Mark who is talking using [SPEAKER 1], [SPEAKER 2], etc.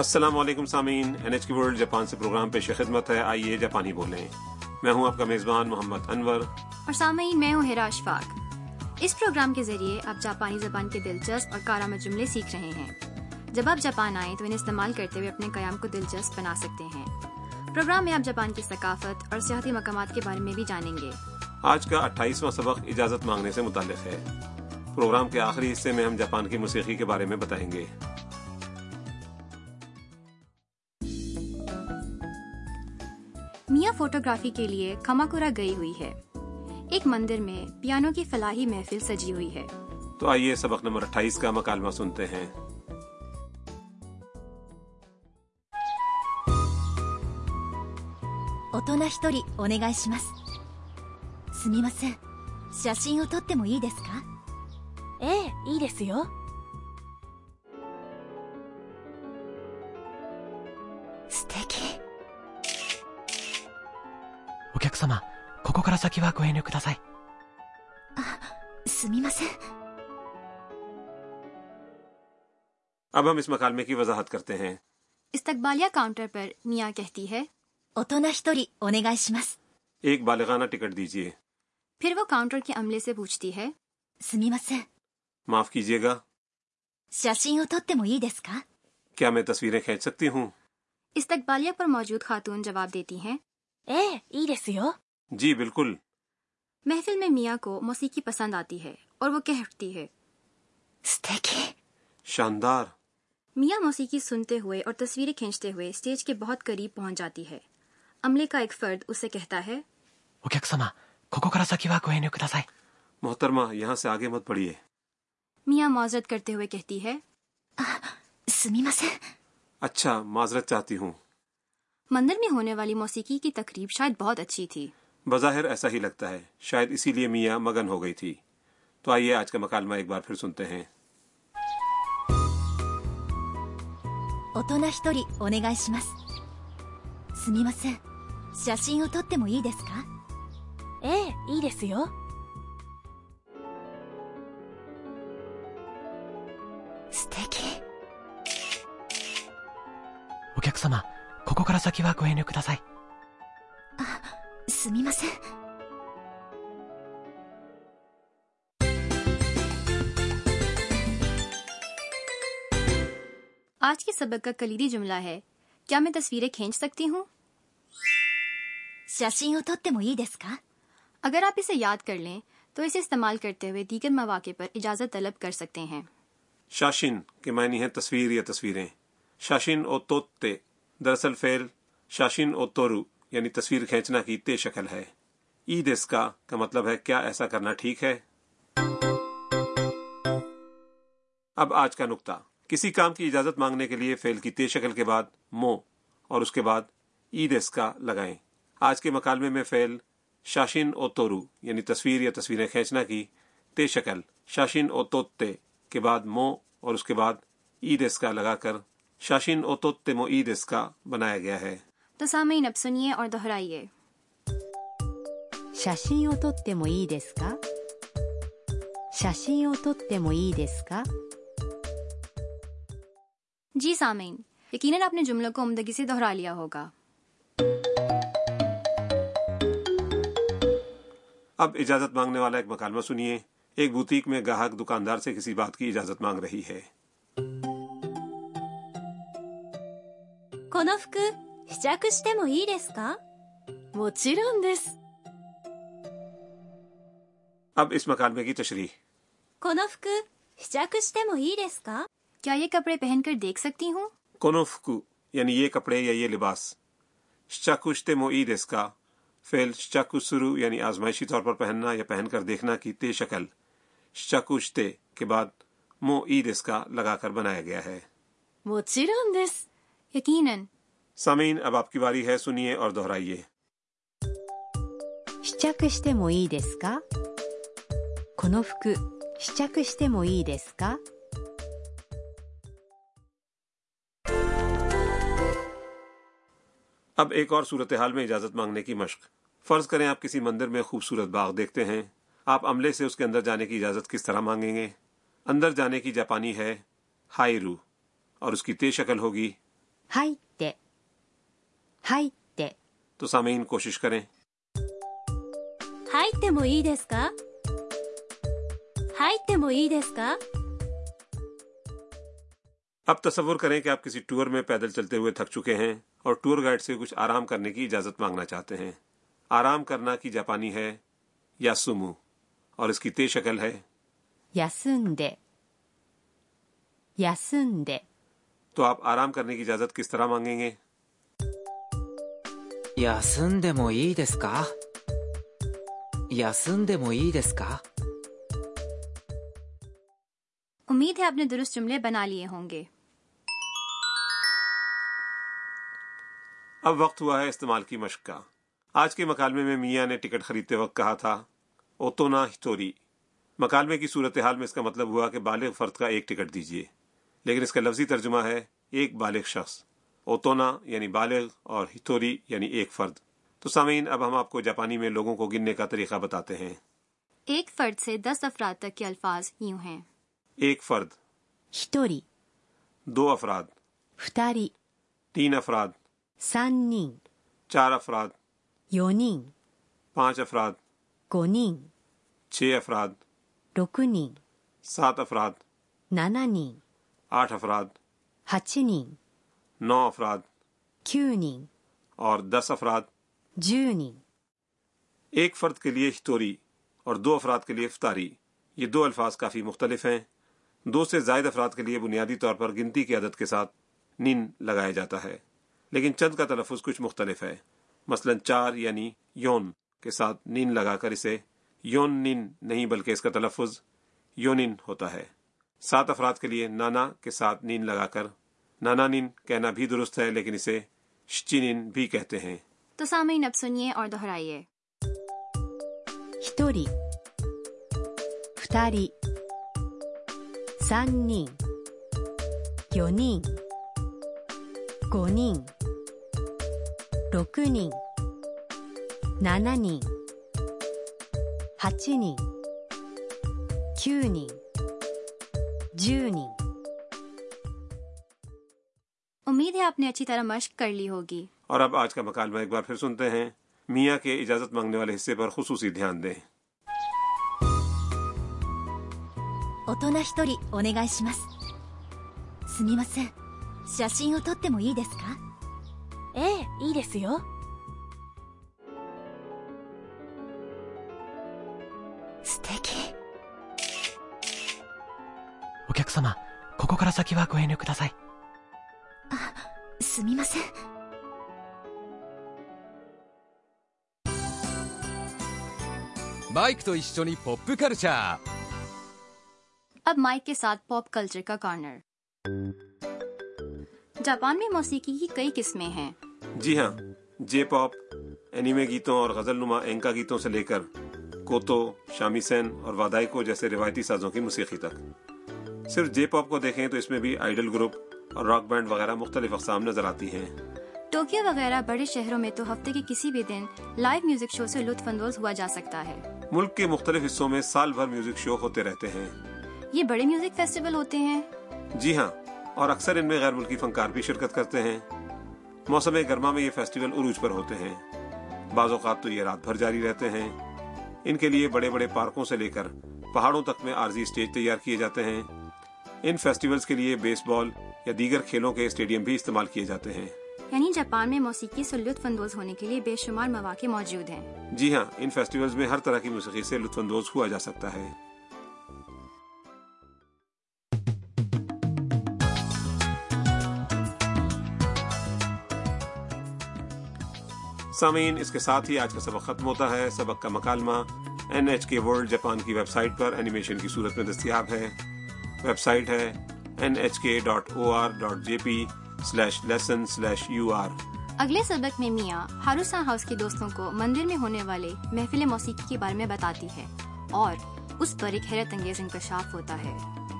[SPEAKER 1] السلام علیکم سامعین N H K world Japan سے پروگرام پیش خدمت ہے آئیے جاپانی بولیں میں ہوں آپ کا میزبان محمد انور
[SPEAKER 2] اور سامعین میں ہوں ہیرا اشفاق اس پروگرام کے ذریعے آپ جاپانی زبان کے دلچسپ اور کارآمد جملے سیکھ رہے ہیں جب آپ جاپان آئیں تو انہیں استعمال کرتے ہوئے اپنے قیام کو دلچسپ بنا سکتے ہیں پروگرام میں آپ جاپان کی ثقافت اور سیاحتی مقامات کے بارے میں بھی جانیں گے
[SPEAKER 1] آج کا اٹھائیسواں سبق اجازت مانگنے سے متعلق ہے پروگرام کے آخری حصے میں ہم جاپان کی موسیقی کے بارے میں بتائیں گے
[SPEAKER 2] میاں فوٹوگرافی کے لیے کھماکورا گئی ہوئی ہے ایک مندر میں پیانو کی فلاحی محفل سجی ہوئی ہے
[SPEAKER 1] تو آئیے سبق نمبر اٹھائیس کا مکالمہ سنتے ہیں
[SPEAKER 3] 大人一人お願いしますすみません写真を撮ってもいいですか
[SPEAKER 4] ええいいですよ
[SPEAKER 3] 素敵
[SPEAKER 5] お客様、ここから先はご遠慮ください。
[SPEAKER 3] すみません
[SPEAKER 1] اب ہم اس مکالمے کی وضاحت کرتے ہیں
[SPEAKER 2] استقبالیہ کاؤنٹر پر میاں کہتی ہے
[SPEAKER 3] 大人一人お願いします
[SPEAKER 1] ایک بالغانہ ٹکٹ دیجیے
[SPEAKER 2] پھر وہ کاؤنٹر کے عملے سے پوچھتی ہے
[SPEAKER 3] すみません
[SPEAKER 1] معاف کیجیے گا
[SPEAKER 3] 写真を撮ってもいいですか
[SPEAKER 1] کیا میں تصویریں کھینچ سکتی ہوں
[SPEAKER 2] استقبالیہ پر موجود خاتون جواب دیتی ہیں
[SPEAKER 4] ええいいですよ
[SPEAKER 1] جی بالکل
[SPEAKER 2] محفل میں میاں کو موسیقی پسند آتی ہے اور وہ کہہ اٹھتی ہے
[SPEAKER 3] 素敵
[SPEAKER 1] شاندار
[SPEAKER 2] میاں موسیقی سنتے ہوئے اور تصویریں کھینچتے ہوئے اسٹیج کے بہت قریب پہنچ جاتی ہے عملے کا ایک فرد اسے کہتا ہے
[SPEAKER 5] お客様、ここから先はご遠慮ください。
[SPEAKER 1] محترمہ یہاں سے آگے مت بڑھیے
[SPEAKER 2] میاں معذرت کرتے ہوئے کہتی ہے
[SPEAKER 3] すみません
[SPEAKER 1] اچھا معذرت چاہتی ہوں
[SPEAKER 2] مندر میں ہونے والی موسیقی کی تقریب شاید بہت اچھی تھی
[SPEAKER 1] بظاہر ایسا ہی لگتا ہے شاید اسی لیے میاں مگن ہو گئی تھی تو آئیے آج کا مکالمہ ایک بار پھر سنتے ہیں
[SPEAKER 3] 大人一人お願いしますすみません写真を撮ってもいいですか
[SPEAKER 4] ええいいですよ
[SPEAKER 3] 素敵
[SPEAKER 5] お客様、ここから先はご遠慮ください。
[SPEAKER 3] すみません
[SPEAKER 2] آج کے سبق کا کلیدی جملہ ہے کیا میں تصویریں کھینچ سکتی ہوں
[SPEAKER 3] 写真を撮ってもいいですか
[SPEAKER 2] اگر آپ اسے یاد کر لیں تو اسے استعمال کرتے ہوئے دیگر مواقع پر اجازت طلب کر سکتے ہیں
[SPEAKER 1] شاشن کے معنی ہے تصویر یا تصویریں شاشن او توتے دراصل فعل شاشن او تورو یعنی تصویر کھینچنا کی تے شکل ہے عید اس کا کا مطلب ہے کیا ایسا کرنا ٹھیک ہے اب آج کا نقطہ کسی کام کی اجازت مانگنے کے لیے فعل کی تے شکل کے بعد مو اور اس کے بعد عید اس کا لگائیں آج کے مکالمے میں فعل شاشن او تورو یعنی تصویر یا تصویریں کھینچنا کی تے شکل شاشن او توتے کے بعد مو اور اس کے بعد عید اس کا لگا کر شاشن او توتے مو عید اس کا بنایا گیا ہے
[SPEAKER 2] تو سامعین اب سنیے اور دہرائیے
[SPEAKER 6] 写真を撮ってもいいですか写真を撮ってもいいですか
[SPEAKER 2] جی سامعین یقیناً آپ نے جملوں کو عمدگی سے دہرا لیا ہوگا
[SPEAKER 1] اب اجازت مانگنے والا ایک مکالمہ سنیے ایک بوتیک میں گاہک دکاندار سے کسی بات کی اجازت مانگ رہی ہے
[SPEAKER 3] この服試着してもいいですか
[SPEAKER 4] もちろんです
[SPEAKER 1] اب اس مکالمے کی تشریح
[SPEAKER 3] この服試着してもいいですか
[SPEAKER 2] کیا یہ کپڑے پہن کر دیکھ سکتی ہوں
[SPEAKER 1] کونوفکو یعنی یہ کپڑے یا یہ لباس شچاکشتے مو عید اس کا فعل شچاکسرو یعنی آزمائشی طور پر پہننا یا پہن کر دیکھنا کی تے شکل شچاکشتے کے بعد مو عید اس کا لگا کر بنایا گیا ہے
[SPEAKER 4] もちろんです
[SPEAKER 2] یقیناً
[SPEAKER 1] سامعین اب آپ کی باری ہے سنیے اور دہرائیے
[SPEAKER 6] 試着してもいいですかこの服試着してもいいですか
[SPEAKER 1] اب ایک اور صورتحال میں اجازت مانگنے کی مشق فرض کریں آپ کسی مندر میں خوبصورت باغ دیکھتے ہیں آپ عملے سے اس کے اندر جانے کی اجازت کس طرح مانگیں گے اندر جانے کی جاپانی ہے ہائی رو اور اس کی تے شکل ہوگی
[SPEAKER 6] 入って入って
[SPEAKER 1] تو سامعین کوشش کریں
[SPEAKER 4] 入ってもいいですか入ってもいいですか
[SPEAKER 1] اب تصور کریں کہ آپ کسی ٹور میں پیدل چلتے ہوئے تھک چکے ہیں اور ٹور گائیڈ سے کچھ آرام کرنے کی اجازت مانگنا چاہتے ہیں آرام کرنا کی جاپانی ہے یا سومو اور اس کی تے شکل ہے
[SPEAKER 6] 休んで休んで
[SPEAKER 1] تو آپ آرام کرنے کی اجازت کس طرح مانگیں گے
[SPEAKER 7] 休んでもいいですか休んでもいいですか
[SPEAKER 2] امید ہے آپ نے درست جملے بنا لیے ہوں گے
[SPEAKER 1] اب وقت ہوا ہے استعمال کی مشق کا آج کے مکالمے میں میاں نے ٹکٹ خریدتے وقت کہا تھا اوتونا ہتوری مکالمے کی صورتحال میں اس کا مطلب ہوا کہ بالغ فرد کا ایک ٹکٹ دیجیے لیکن اس کا لفظی ترجمہ ہے ایک بالغ شخص اوتونا یعنی بالغ اور ہتوری یعنی ایک فرد تو سامعین اب ہم آپ کو جاپانی میں لوگوں کو گننے کا طریقہ بتاتے ہیں
[SPEAKER 2] ایک فرد سے دس افراد تک کے الفاظ یوں ہیں
[SPEAKER 1] ایک فرد
[SPEAKER 6] 一人
[SPEAKER 1] دو افراد
[SPEAKER 6] 二人
[SPEAKER 1] تین افراد
[SPEAKER 6] 三人
[SPEAKER 1] چار افراد
[SPEAKER 6] 四人
[SPEAKER 1] پانچ افراد
[SPEAKER 6] 五人
[SPEAKER 1] چھ افراد
[SPEAKER 6] 六人
[SPEAKER 1] سات افراد
[SPEAKER 6] 七人
[SPEAKER 1] آٹھ افراد
[SPEAKER 6] 八人
[SPEAKER 1] نو افراد
[SPEAKER 6] 九人
[SPEAKER 1] اور دس افراد
[SPEAKER 6] 十人
[SPEAKER 1] ایک فرد کے لیے ہتوری اور دو افراد کے لیے افطاری یہ دو الفاظ کافی مختلف ہیں دو سے زائد افراد کے لیے بنیادی طور پر گنتی کی عدد کے ساتھ نن لگایا جاتا ہے لیکن چند کا تلفظ کچھ مختلف ہے مثلا چار یعنی یون کے ساتھ نن لگا کر اسے یون نن نہیں بلکہ اس کا تلفظ یونن ہوتا ہے سات افراد کے لیے نانا کے ساتھ نین لگا کر نانا نین کہنا بھی درست ہے لیکن اسے شچینن بھی کہتے ہیں
[SPEAKER 2] تو سامعین اب سنیے اور دہرائیے
[SPEAKER 6] 一人二人三人四人五人六人七人八人九人十人
[SPEAKER 2] امید ہے آپ نے اچھی طرح مشق کر لی ہوگی
[SPEAKER 1] اور اب آج کا مکالمہ ایک بار پھر سنتے ہیں میاں کے اجازت مانگنے والے حصے پر خصوصی دھیان دیں
[SPEAKER 3] 大人一人お願いしますすみません写真を撮ってもいいですか
[SPEAKER 4] ええ、いいですよ。
[SPEAKER 3] 素敵
[SPEAKER 5] お客様、ここから先はご遠慮ください。
[SPEAKER 3] すみません
[SPEAKER 8] マイクと一緒にポップカルチャー
[SPEAKER 2] اب مائک کے ساتھ پاپ کلچر کا کارنر جاپان میں موسیقی کی کئی قسمیں ہیں
[SPEAKER 1] جی ہاں جے پاپ اینیمے گیتوں اور غزل نما اینکا گیتوں سے لے کر کوتو شامی سین اور وادائی کو جیسے روایتی سازوں کی موسیقی تک صرف جے پاپ کو دیکھیں تو اس میں بھی آئیڈل گروپ اور راک بینڈ وغیرہ مختلف اقسام نظر آتی ہیں
[SPEAKER 2] ٹوکیو وغیرہ بڑے شہروں میں تو ہفتے کے کسی بھی دن لائیو میوزک شو سے لطف اندوز ہوا جا سکتا ہے
[SPEAKER 1] ملک کے مختلف حصوں میں سال بھر میوزک شو ہوتے رہتے ہیں
[SPEAKER 2] یہ بڑے میوزک فیسٹیول ہوتے ہیں
[SPEAKER 1] جی ہاں اور اکثر ان میں غیر ملکی فنکار بھی شرکت کرتے ہیں موسم گرما میں یہ فیسٹیول عروج پر ہوتے ہیں بعض اوقات تو یہ رات بھر جاری رہتے ہیں ان کے لیے بڑے بڑے پارکوں سے لے کر پہاڑوں تک میں عارضی اسٹیج تیار کیے جاتے ہیں ان فیسٹیولز کے لیے بیس بال یا دیگر کھیلوں کے اسٹیڈیم بھی استعمال کیے جاتے ہیں
[SPEAKER 2] یعنی جاپان میں موسیقی سے لطف اندوز ہونے کے لیے بے شمار مواقع موجود ہیں
[SPEAKER 1] جی ہاں ان فیسٹیولز میں ہر طرح کی موسیقی سے لطف اندوز ہوا جا سکتا ہے سامعین اس کے ساتھ ہی آج کا سبق ختم ہوتا ہے سبق کا مکالمہ N H K world Japan کی ویب سائٹ پر اینیمیشن کی صورت میں دستیاب ہے ویب سائٹ ہے N H K dot O R dot J P slash lesson slash U R
[SPEAKER 2] اگلے سبق میں میاں ہاروسا ہاؤس کے دوستوں کو مندر میں ہونے والے محفل موسیقی کے بارے میں بتاتی ہے اور اس پر ایک حیرت انگیز انکشاف ہوتا ہے